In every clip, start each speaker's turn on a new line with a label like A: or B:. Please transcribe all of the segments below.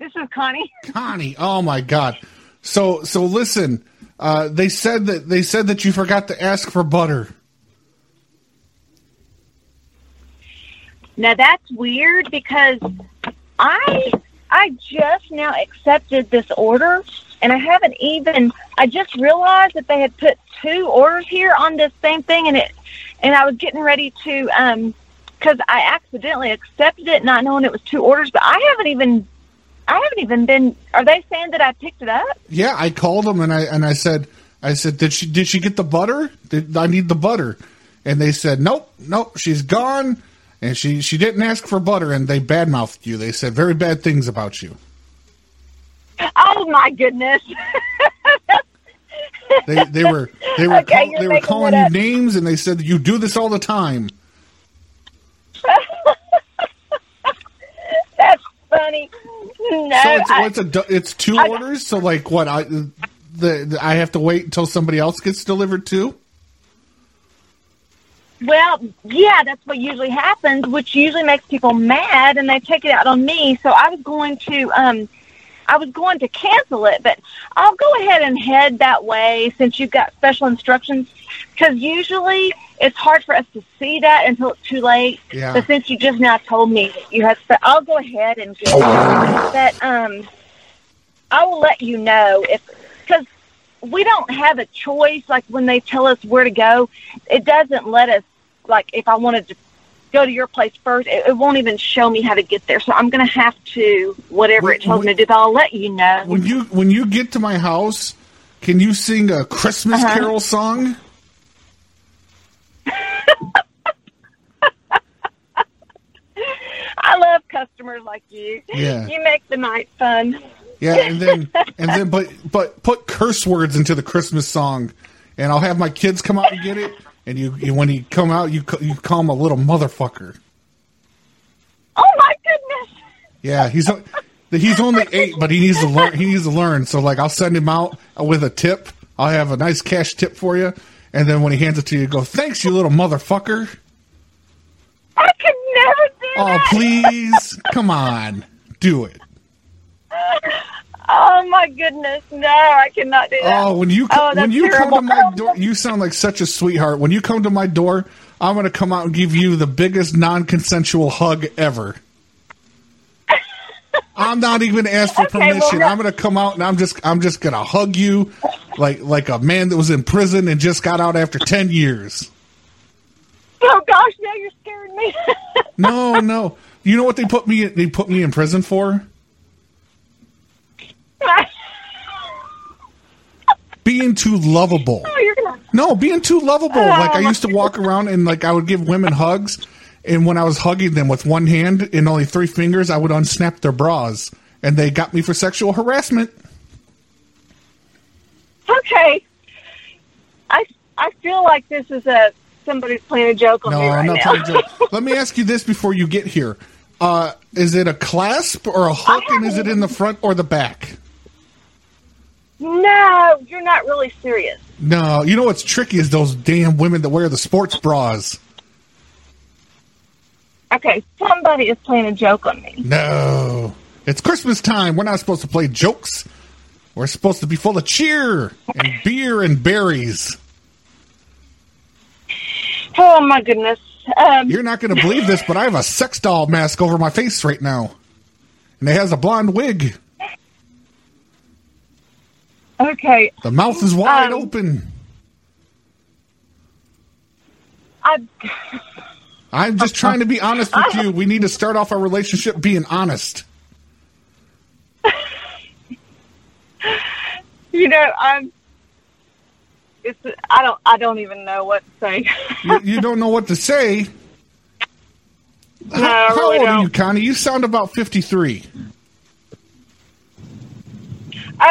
A: is Connie.
B: Connie, oh my god. So so listen, uh, they said that they said that you forgot to ask for butter.
A: Now that's weird because I I just now accepted this order and I haven't even I just realized that they had put two orders here on this same thing and it and I was getting ready to um cuz I accidentally accepted it not knowing it was two orders but I haven't even I haven't even been are they saying that I picked it up?
B: Yeah, I called them and I and I said I said did she did she get the butter? Did, I need the butter. And they said nope, nope, she's gone and she she didn't ask for butter and they badmouthed you. They said very bad things about you.
A: Oh my goodness.
B: They they were they were
A: Okay,
B: call-
A: you're
B: they were
A: making
B: calling
A: it
B: you
A: up.
B: names and they said you do this all the time.
A: that's funny. No,
B: So it's,
A: I-
B: what's a du- it's two
A: I-
B: orders. So like what I the, the I have to wait until somebody else gets delivered too.
A: Well, yeah, that's what usually happens, which usually makes people mad, and they take it out on me. So I was going to, um, I was going to cancel it, but I'll go ahead and head that way since you've got special instructions. Because usually it's hard for us to see that until it's too late.
B: Yeah.
A: But since you just now told me that you had, spe- I'll go ahead and get it. But um, I will let you know if because we don't have a choice. Like when they tell us where to go, it doesn't let us. Like if I wanted to go to your place first, it, it won't even show me how to get there. So I'm going to have to whatever it told me to do. But I'll let you know.
B: When you when you get to my house, can you sing a Christmas
A: Uh-huh.
B: carol song?
A: I love customers like you.
B: Yeah.
A: You make the night fun.
B: Yeah, and then and then but but put curse words into the Christmas song, and I'll have my kids come out and get it. And you, you when you come out, you ca- you call him a little motherfucker.
A: Oh my goodness.
B: Yeah, he's o- he's only eight, but he needs to learn. He needs to learn. So like, I'll send him out with a tip. I'll have a nice cash tip for you, and then when he hands it to you, go, "Thanks, you little motherfucker."
A: I could never do
B: Oh,
A: that.
B: please, come on, do it.
A: Oh my goodness. No, I cannot do that.
B: Oh, when you co-
A: Oh, that's
B: when you
A: terrible.
B: come to my door, you sound like such a sweetheart. When you come to my door, I'm gonna come out and give you the biggest non-consensual hug ever. I'm not even asked for
A: Okay, well,
B: permission.
A: no-
B: I'm gonna come out and I'm just I'm just gonna hug you, like like a man that was in prison and just got out after ten years.
A: Oh gosh, now you're scaring me.
B: No, no. You know what they put me they put me in prison for? Being too lovable.
A: oh, you're gonna.
B: No, being too lovable. like I
A: my
B: used to walk around and like I would give women hugs, and when I was hugging them with one hand and only three fingers, I would unsnap their bras, and they got me for sexual harassment.
A: Okay. I I feel like this is a somebody's playing a joke on
B: No,
A: me right
B: I'm not
A: now.
B: trying to joke. Let me ask you this before you get here: uh, Is it a clasp or a hook, and is it in the front or the back?
A: no, you're not really serious.
B: No, you know what's tricky is those damn women that wear the sports bras.
A: Okay, somebody is playing a joke on me.
B: No, it's Christmas time. We're not supposed to play jokes. We're supposed to be full of cheer and beer and berries.
A: Oh my goodness. Um,
B: You're not going to believe this, but I have a sex doll mask over my face right now. And it has a blonde wig.
A: okay,
B: The mouth is wide
A: Um,
B: open.
A: I
B: I'm just trying to be honest with you. We need to start off our relationship being honest.
A: you know I'm. It's I don't I don't even know what to say.
B: You, you don't know what to say.
A: no, I
B: How
A: really
B: old
A: don't.
B: are you, Connie? You sound about 53.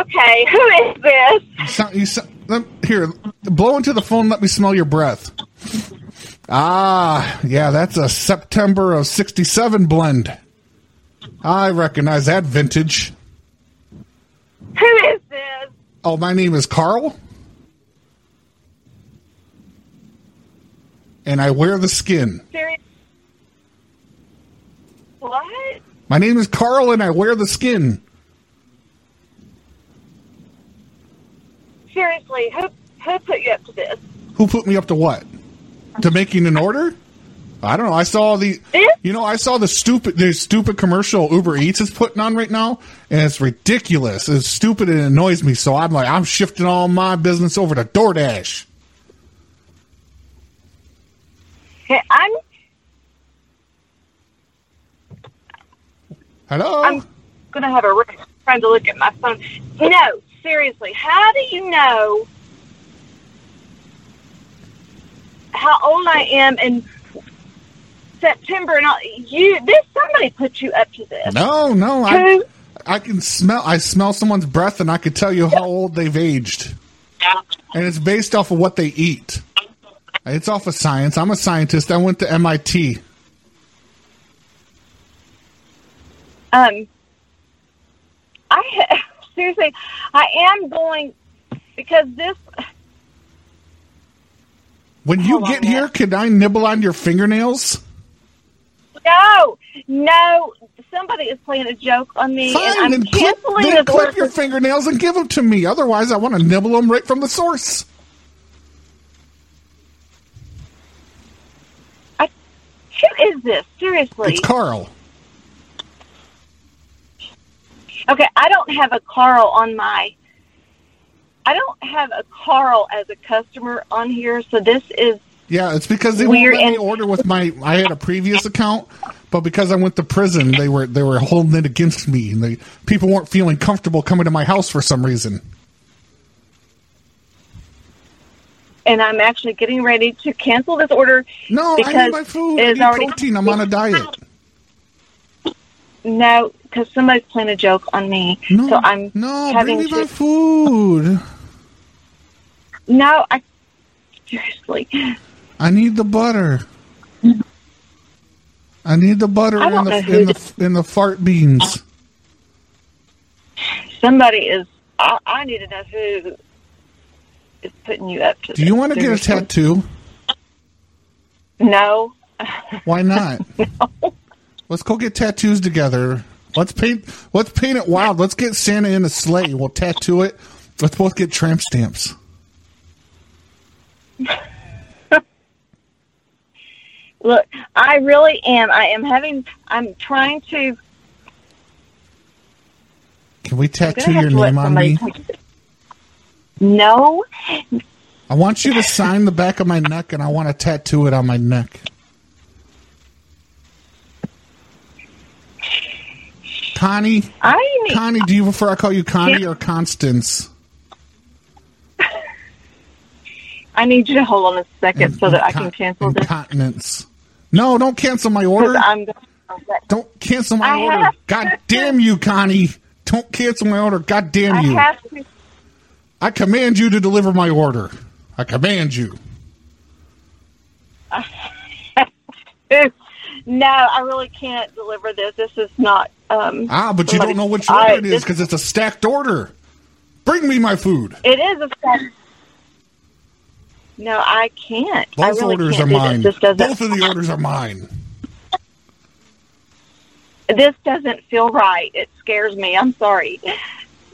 A: Okay, who is this?
B: You sound, you sound, let, here, blow into the phone. Let me smell your breath. Ah, yeah, that's a September of 67 blend. I recognize that vintage.
A: Who is this?
B: Oh, my name is Carl. And I wear the skin.
A: Serious? What?
B: My name is Carl and I wear the skin.
A: seriously, who who put you up to this?
B: Who put me up to what? To making an order? I don't know. I saw the
A: This?
B: you know, I saw the stupid the stupid commercial Uber Eats is putting on right now, and it's ridiculous. It's stupid and it annoys me, so I'm like I'm shifting all my business over to DoorDash.
A: Okay, I'm
B: Hello?
A: I'm gonna have a rough time to look at my phone. No, seriously, how do you know how old I am in September and all you this somebody put you up to this.
B: no, no, I
A: Who
B: I can smell I smell someone's breath and I could tell you how old they've aged. And it's based off of what they eat. It's off of science. I'm a scientist. I went to MIT.
A: um I seriously I am going because this
B: When you
A: Hold on
B: get
A: a
B: here, can I nibble on your fingernails?
A: no no somebody is playing a joke on me
B: Fine,
A: and I'm
B: then clip,
A: canceling
B: then
A: this
B: clip
A: order.
B: your fingernails and give them to me. Otherwise, I want to nibble them right from the source.
A: Who is this? Seriously.
B: It's Carl.
A: Okay, I don't have a Carl on my. I don't have a Carl as a customer on here, so this is
B: Yeah, it's because they
A: Weird
B: won't let me
A: and-
B: order with my. I had a previous account, but because I went to prison, they were they were holding it against me, and they, people weren't feeling comfortable coming to my house for some reason.
A: and I'm actually getting ready to cancel this order.
B: No, I
A: Because
B: need my food.
A: it
B: I
A: is
B: need
A: already-
B: protein. I'm on a diet.
A: No, because somebody's playing a joke on me.
B: No,
A: so I'm
B: no, bring
A: having
B: me my
A: to.
B: food.
A: No, I seriously.
B: I need the butter. I need the butter
A: I
B: in
A: don't know
B: the
A: who
B: in the in the fart beans.
A: Somebody is. I, I need to know who is putting you up to.
B: Do you want to get a tattoo?
A: No.
B: Why not? Let's go get tattoos together. Let's paint. Let's paint it wild. Let's get Santa in a sleigh. We'll tattoo it. Let's both get tramp stamps.
A: Look, I really am. I am having. I'm trying to.
B: Can we
A: I'm gonna
B: tattoo
A: have
B: your
A: to let
B: name on
A: somebody
B: me?
A: come- No,
B: I want you to sign the back of my neck, and I want to tattoo it on my neck. Connie,
A: I need.
B: Connie, do you prefer I call you Connie or Constance?
A: I need you to hold on a second so that I
B: Incon-
A: can cancel this
B: Incontinence. No, don't cancel my
A: because
B: order.
A: I'm. gonna-
B: Don't cancel my
A: I
B: order.
A: have-
B: God damn you, Connie. Don't cancel my order. God
A: I
B: damn you.
A: have to.
B: I command you to deliver my order. I command you.
A: No, I really can't deliver this. This is not. Um,
B: Ah, but you
A: somebody-
B: don't know which
A: I-
B: order it is
A: this-
B: because it's a stacked order. Bring me my food.
A: It is a set. No, I can't. I
B: Both
A: really
B: orders
A: can't
B: are
A: do
B: mine.
A: This. this doesn't.
B: Both of the orders are mine.
A: This doesn't feel right. It scares me. I'm sorry.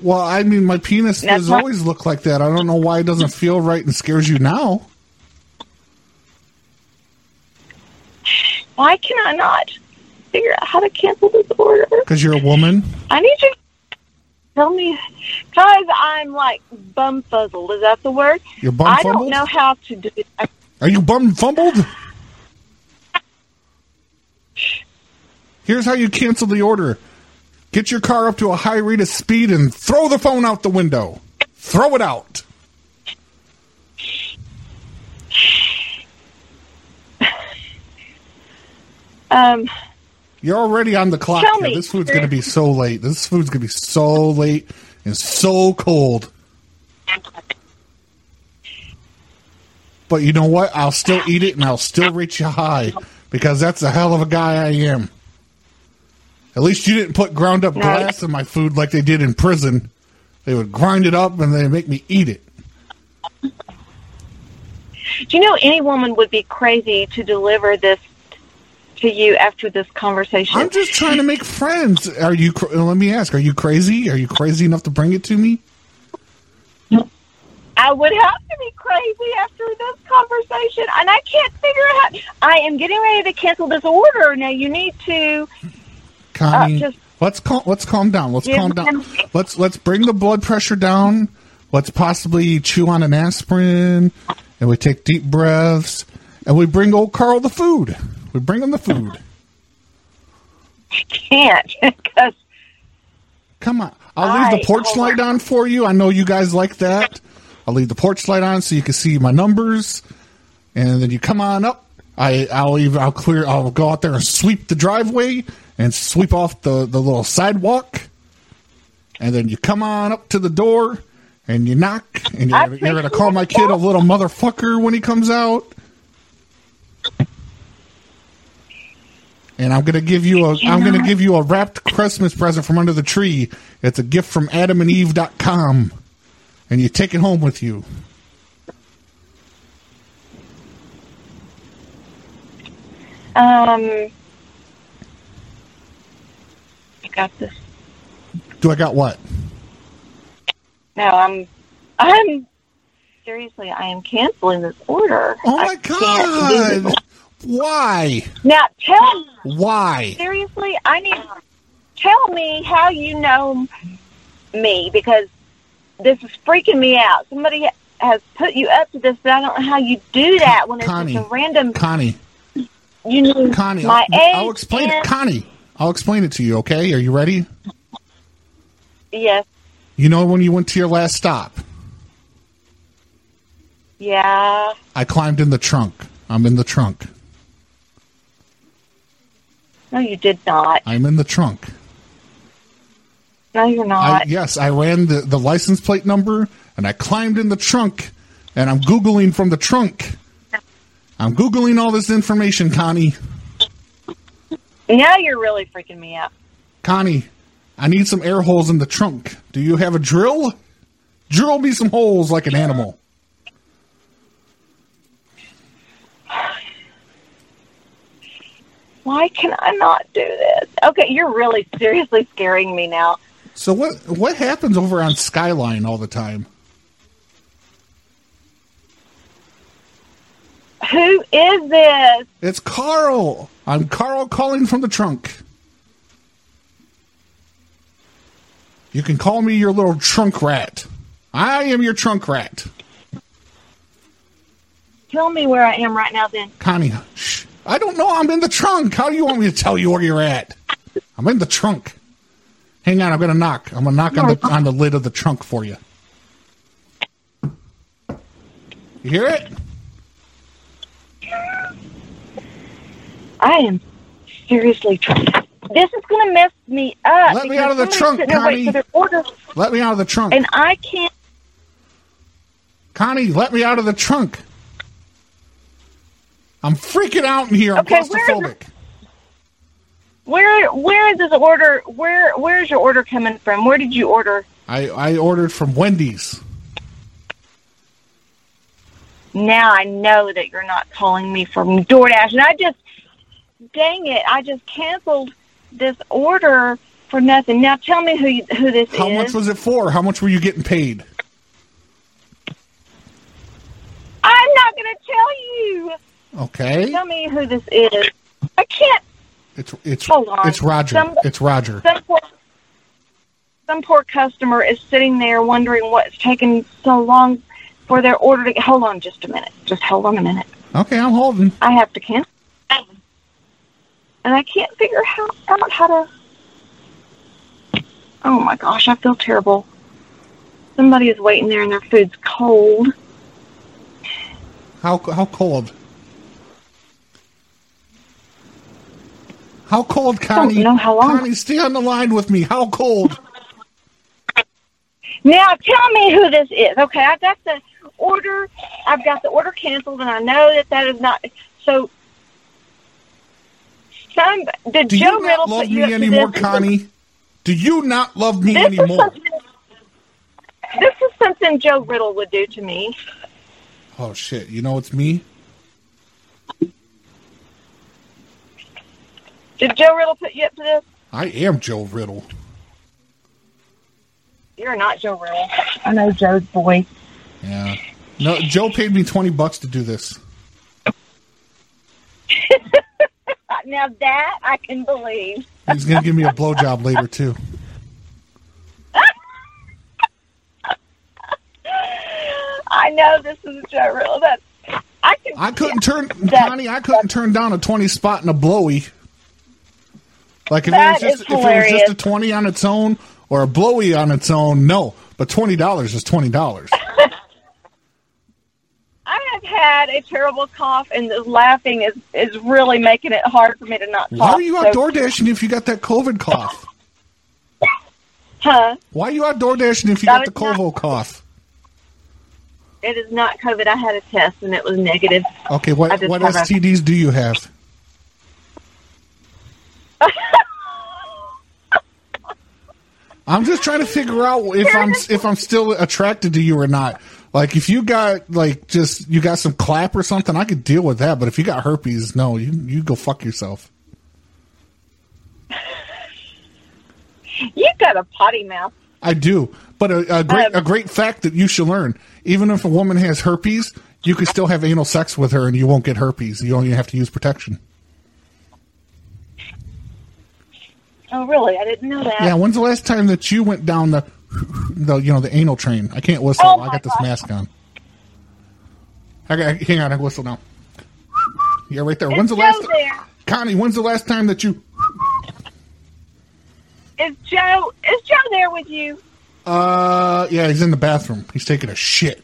B: Well, I mean, my penis
A: That's
B: has
A: not-
B: always looked like that. I don't know why it doesn't feel right and scares you now.
A: Why can I not figure out how to cancel this order?
B: Because you're a woman.
A: I need you to tell me because I'm like bumfuzzled. Is that the word?
B: You're bum
A: I don't
B: fumbled?
A: know how to do it. I-
B: Are you bum fumbled? Here's how you cancel the order. Get your car up to a high rate of speed and throw the phone out the window. Throw it out.
A: Um,
B: You're already on the clock.
A: Tell
B: here.
A: me.
B: This food's going to be so late. This food's going to be so late and so cold. But you know what? I'll still eat it and I'll still reach you high because that's the hell of a guy I am. At least you didn't put ground up
A: No.
B: glass in my food like they did in prison. They would grind it up and they make me eat it.
A: do you know any woman would be crazy to deliver this to you after this conversation?
B: I'm just trying to make friends. Are you? cr- Let me ask. Are you crazy? Are you crazy enough to bring it to me?
A: I would have to be crazy after this conversation, and I can't figure out. I am getting ready to cancel this order. Now you need to.
B: Connie,
A: Uh, just-
B: let's calm. Let's calm down. Let's
A: Yeah,
B: calm down.
A: I'm-
B: Let's let's bring the blood pressure down. Let's possibly chew on an aspirin, and we take deep breaths, and we bring old Carl the food. We bring him the food.
A: I can't because
B: Come on. I'll leave
A: I-
B: the porch light on for you. I know you guys like that. I'll leave the porch light on so you can see my numbers. And then you come on up. I, I'll even I'll clear I'll go out there and sweep the driveway and sweep off the, the little sidewalk. And then you come on up to the door and you knock and
A: I
B: you're, you're gonna call my kid a little motherfucker when he comes out. and I'm gonna give you a I'm gonna give you a wrapped Christmas present from under the tree. It's a gift from AdamAndEve.com, and you take it home with you.
A: um, I got this.
B: Do I got what?
A: No, I'm. I'm seriously. I am canceling this order.
B: Oh
A: I
B: my
A: can't do
B: god!
A: this.
B: Why?
A: Now tell me
B: Why?
A: seriously. I need. Tell me how you know me because this is freaking me out. Somebody ha- has put you up to this, but I don't know how you do that when it's
B: Connie.
A: just a random.
B: Connie,
A: You know,
B: Connie,
A: my
B: I'll,
A: age.
B: I'll explain it.
A: and-
B: Connie, I'll explain it to you. Okay? Are you ready?
A: yes.
B: You know when you went to your last stop,
A: Yeah.
B: I climbed in the trunk. I'm in the trunk.
A: No, you did not.
B: I'm in the trunk.
A: No, you're
B: I,
A: not.
B: yes, I ran the, the license plate number and I climbed in the trunk and I'm Googling from the trunk. I'm Googling all this information, Connie.
A: now you're really freaking me out.
B: Connie, I need some air holes in the trunk. Do you have a drill? Drill me some holes like an animal.
A: Why can I not do this? Okay, you're really seriously scaring me now.
B: So what what happens over on Skyline all the time?
A: Who is this?
B: It's Carl. I'm Carl calling from the trunk. You can call me your little trunk rat. I am your trunk rat.
A: Tell me where I am right now, then.
B: Connie, shh. I don't know. I'm in the trunk. How do you want me to tell you where you're at? I'm in the trunk. Hang on. I'm gonna knock. I'm gonna knock on the on the lid of the trunk for you. You hear it?
A: I am seriously. Tr- this is going to mess me up.
B: Let me
A: because
B: out of the
A: somebody's
B: trunk,
A: sitting there waiting
B: Connie.
A: for their order,
B: Let me out of the trunk,
A: and I can't.
B: Connie. Let me out of the trunk. I'm freaking out in here. I'm
A: Okay, where is
B: claustrophobic.
A: Where where is this order? Where where is your order coming from? Where did you order?
B: I I ordered from Wendy's.
A: now I know that you're not calling me from DoorDash. And I just, dang it, I just canceled this order for nothing. Now tell me who you, who this
B: How
A: is.
B: much was it for? How much were you getting paid?
A: I'm not going to tell you.
B: Okay,
A: Tell me who this is. I can't.
B: it's it's
A: Hold on.
B: it's Roger.
A: Some-
B: it's Roger.
A: Some poor, some poor customer is sitting there wondering what's taking so long for their order to. Hold on, just a minute. Just hold on a minute.
B: Okay, I'm holding.
A: I have to cancel. And I can't figure how, out how to. Oh my gosh, I feel terrible. Somebody is waiting there and their food's cold.
B: How how cold? How cold, Connie?
A: know how long.
B: Connie, stay on the line with me. How cold?
A: Now tell me who this is. Okay, I got the order. I've got the order canceled, and I know that that is not so. Some did
B: Do
A: Joe
B: you
A: Riddle
B: not love
A: put you
B: me
A: up to
B: anymore,
A: this?
B: Connie? Do you not love me
A: This is,
B: anymore?
A: something, this is something Joe Riddle would do to me.
B: Oh shit! You know it's me.
A: Did Joe Riddle put you up to this?
B: I am Joe Riddle.
A: You're not Joe Riddle. I know Joe's voice.
B: Yeah. No, Joe paid me twenty bucks to do this.
A: Uh, Now that I can believe.
B: He's gonna give me a blowjob later too.
A: I know this is Joe Real. That's I can.
B: I couldn't turn Connie. I couldn't turn down a twenty spot in a blowy. Like if it, was
A: That
B: just,
A: is
B: if it was just
A: hilarious.
B: a twenty on its own or a blowy on its own, no. But twenty dollars is twenty dollars.
A: I have had a terrible cough, and the laughing is is really making it hard for me to not.
B: Why
A: cough.
B: are you
A: Oh, So-
B: out door dashing if you got that COVID cough?
A: Huh?
B: Why are you out door dashing if you
A: That
B: got the
A: was not-
B: COVID cough?
A: It is not COVID. I had a test, and it was negative.
B: Okay,
A: I
B: what
A: just
B: what
A: have a-
B: STDs do you have? I'm just trying to figure out if I'm if I'm still attracted to you or not. Like if you got like just you got some clap or something, I could deal with that. But if you got herpes, no, you you go fuck yourself.
A: You got a potty mouth.
B: I do. But a, a great
A: Um,
B: a great fact that you should learn: even if a woman has herpes, you can still have anal sex with her and you won't get herpes. You only have to use protection.
A: Oh, really? I didn't know that.
B: Yeah. When's the last time that you went down the the you know the anal train? I can't whistle.
A: Oh
B: I
A: my
B: got this
A: God.
B: mask on. Okay, hang on. I can whistle now. Yeah, right there.
A: Is
B: When's the
A: Joe
B: last?
A: there?
B: Connie, when's the last time that you?
A: Is Joe is Joe there with you?
B: Uh, yeah, he's in the bathroom. He's taking a shit.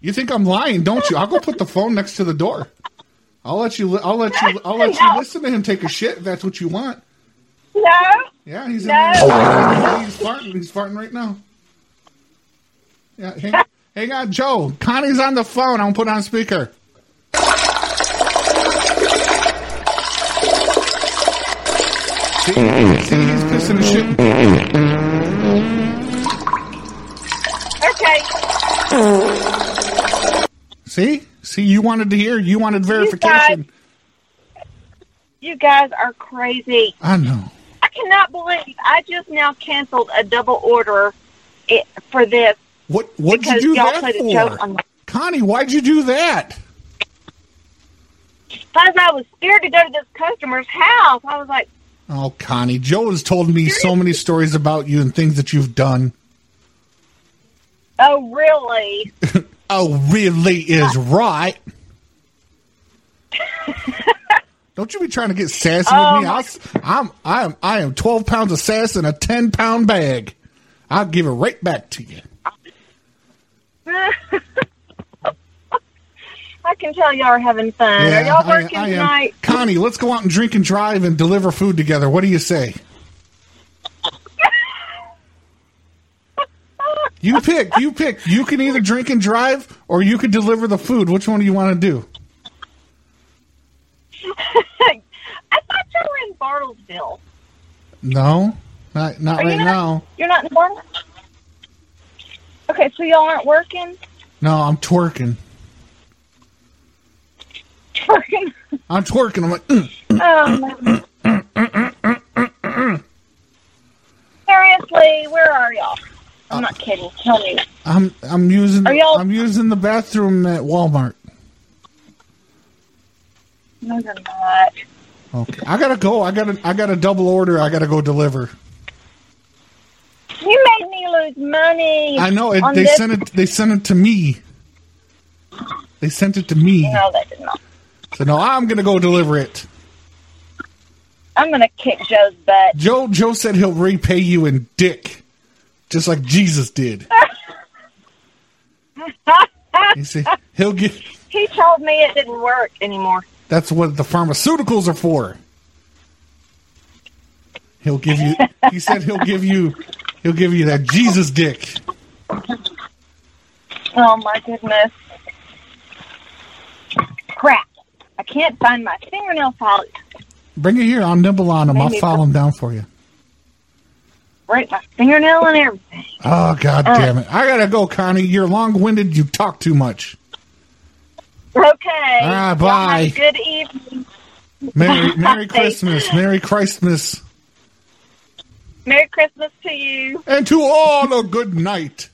B: you think I'm lying, don't you? I'll go put the phone next to the door. I'll let you. Li- I'll let you. I'll let you
A: No.
B: listen to him take a shit if that's what you want.
A: No.
B: Yeah, he's in
A: No.
B: there. He's farting. He's farting right now. Yeah, hang, hang on, Joe. Connie's on the phone. I'm gonna put on speaker. See, see, he's pissing and shit.
A: Okay.
B: See? See, you wanted to hear. You wanted verification.
A: You guys are crazy.
B: I know.
A: I cannot believe I just now canceled a double order it, for this
B: What What would you
A: because
B: do
A: y'all
B: that
A: played a
B: for?
A: joke on me.
B: Connie, why'd you do that?
A: Because I was scared to go to this customer's house. I was like,
B: Oh, Connie, Joe has told me so many stories about you and things that you've done.
A: oh, really?
B: Oh, really is right. Don't you be trying to get sassy
A: Oh,
B: with me? I'll, s- I'm I am I am twelve pounds of sass in a ten pound bag. I'll give it right back to you.
A: I can tell y'all are having fun. are y'all
B: I-
A: working
B: I am.
A: tonight?
B: Connie, let's go out and drink and drive and deliver food together. What do you say? you pick. You pick. You can either drink and drive or you could deliver the food. Which one do you want to do?
A: I thought you were in Bartlesville.
B: No, not not
A: Are you
B: right
A: not-
B: now.
A: You're not in Bartlesville? Okay, so y'all aren't working?
B: No, I'm twerking.
A: Working?
B: I'm twerking. I'm like, mm.
A: Oh, my. Seriously, where are y'all? I'm not kidding. Tell me.
B: I'm I'm using
A: Are y'all-
B: I'm using the bathroom at Walmart.
A: No, you're not.
B: Okay, I gotta go. I gotta I got a double order. I gotta go deliver.
A: You made me lose money.
B: I know it,
A: on
B: they
A: this.
B: sent it. They sent it to me. They sent it to me.
A: No, they did not.
B: So no, I'm gonna go deliver it.
A: I'm gonna kick Joe's butt.
B: Joe Joe said he'll repay you in dick, just like Jesus did. you see, he'll get.
A: He told me it didn't work anymore.
B: That's what the pharmaceuticals are for. He'll give you. He said he'll give you. He'll give you that Jesus dick.
A: Oh my goodness. Crap. I can't find my fingernail polish.
B: Bring it here. I'll nibble on him. I'll
A: Maybe-
B: file him down for you.
A: Break my fingernail and everything.
B: Oh God damn it! I gotta go, Connie. You're long-winded. You talk too much.
A: Okay.
B: All right,
A: Y'all have a
B: bye.
A: good evening.
B: Merry Merry
A: Bye.
B: Christmas. Merry Christmas.
A: Merry Christmas to to you.
B: And to all a good night.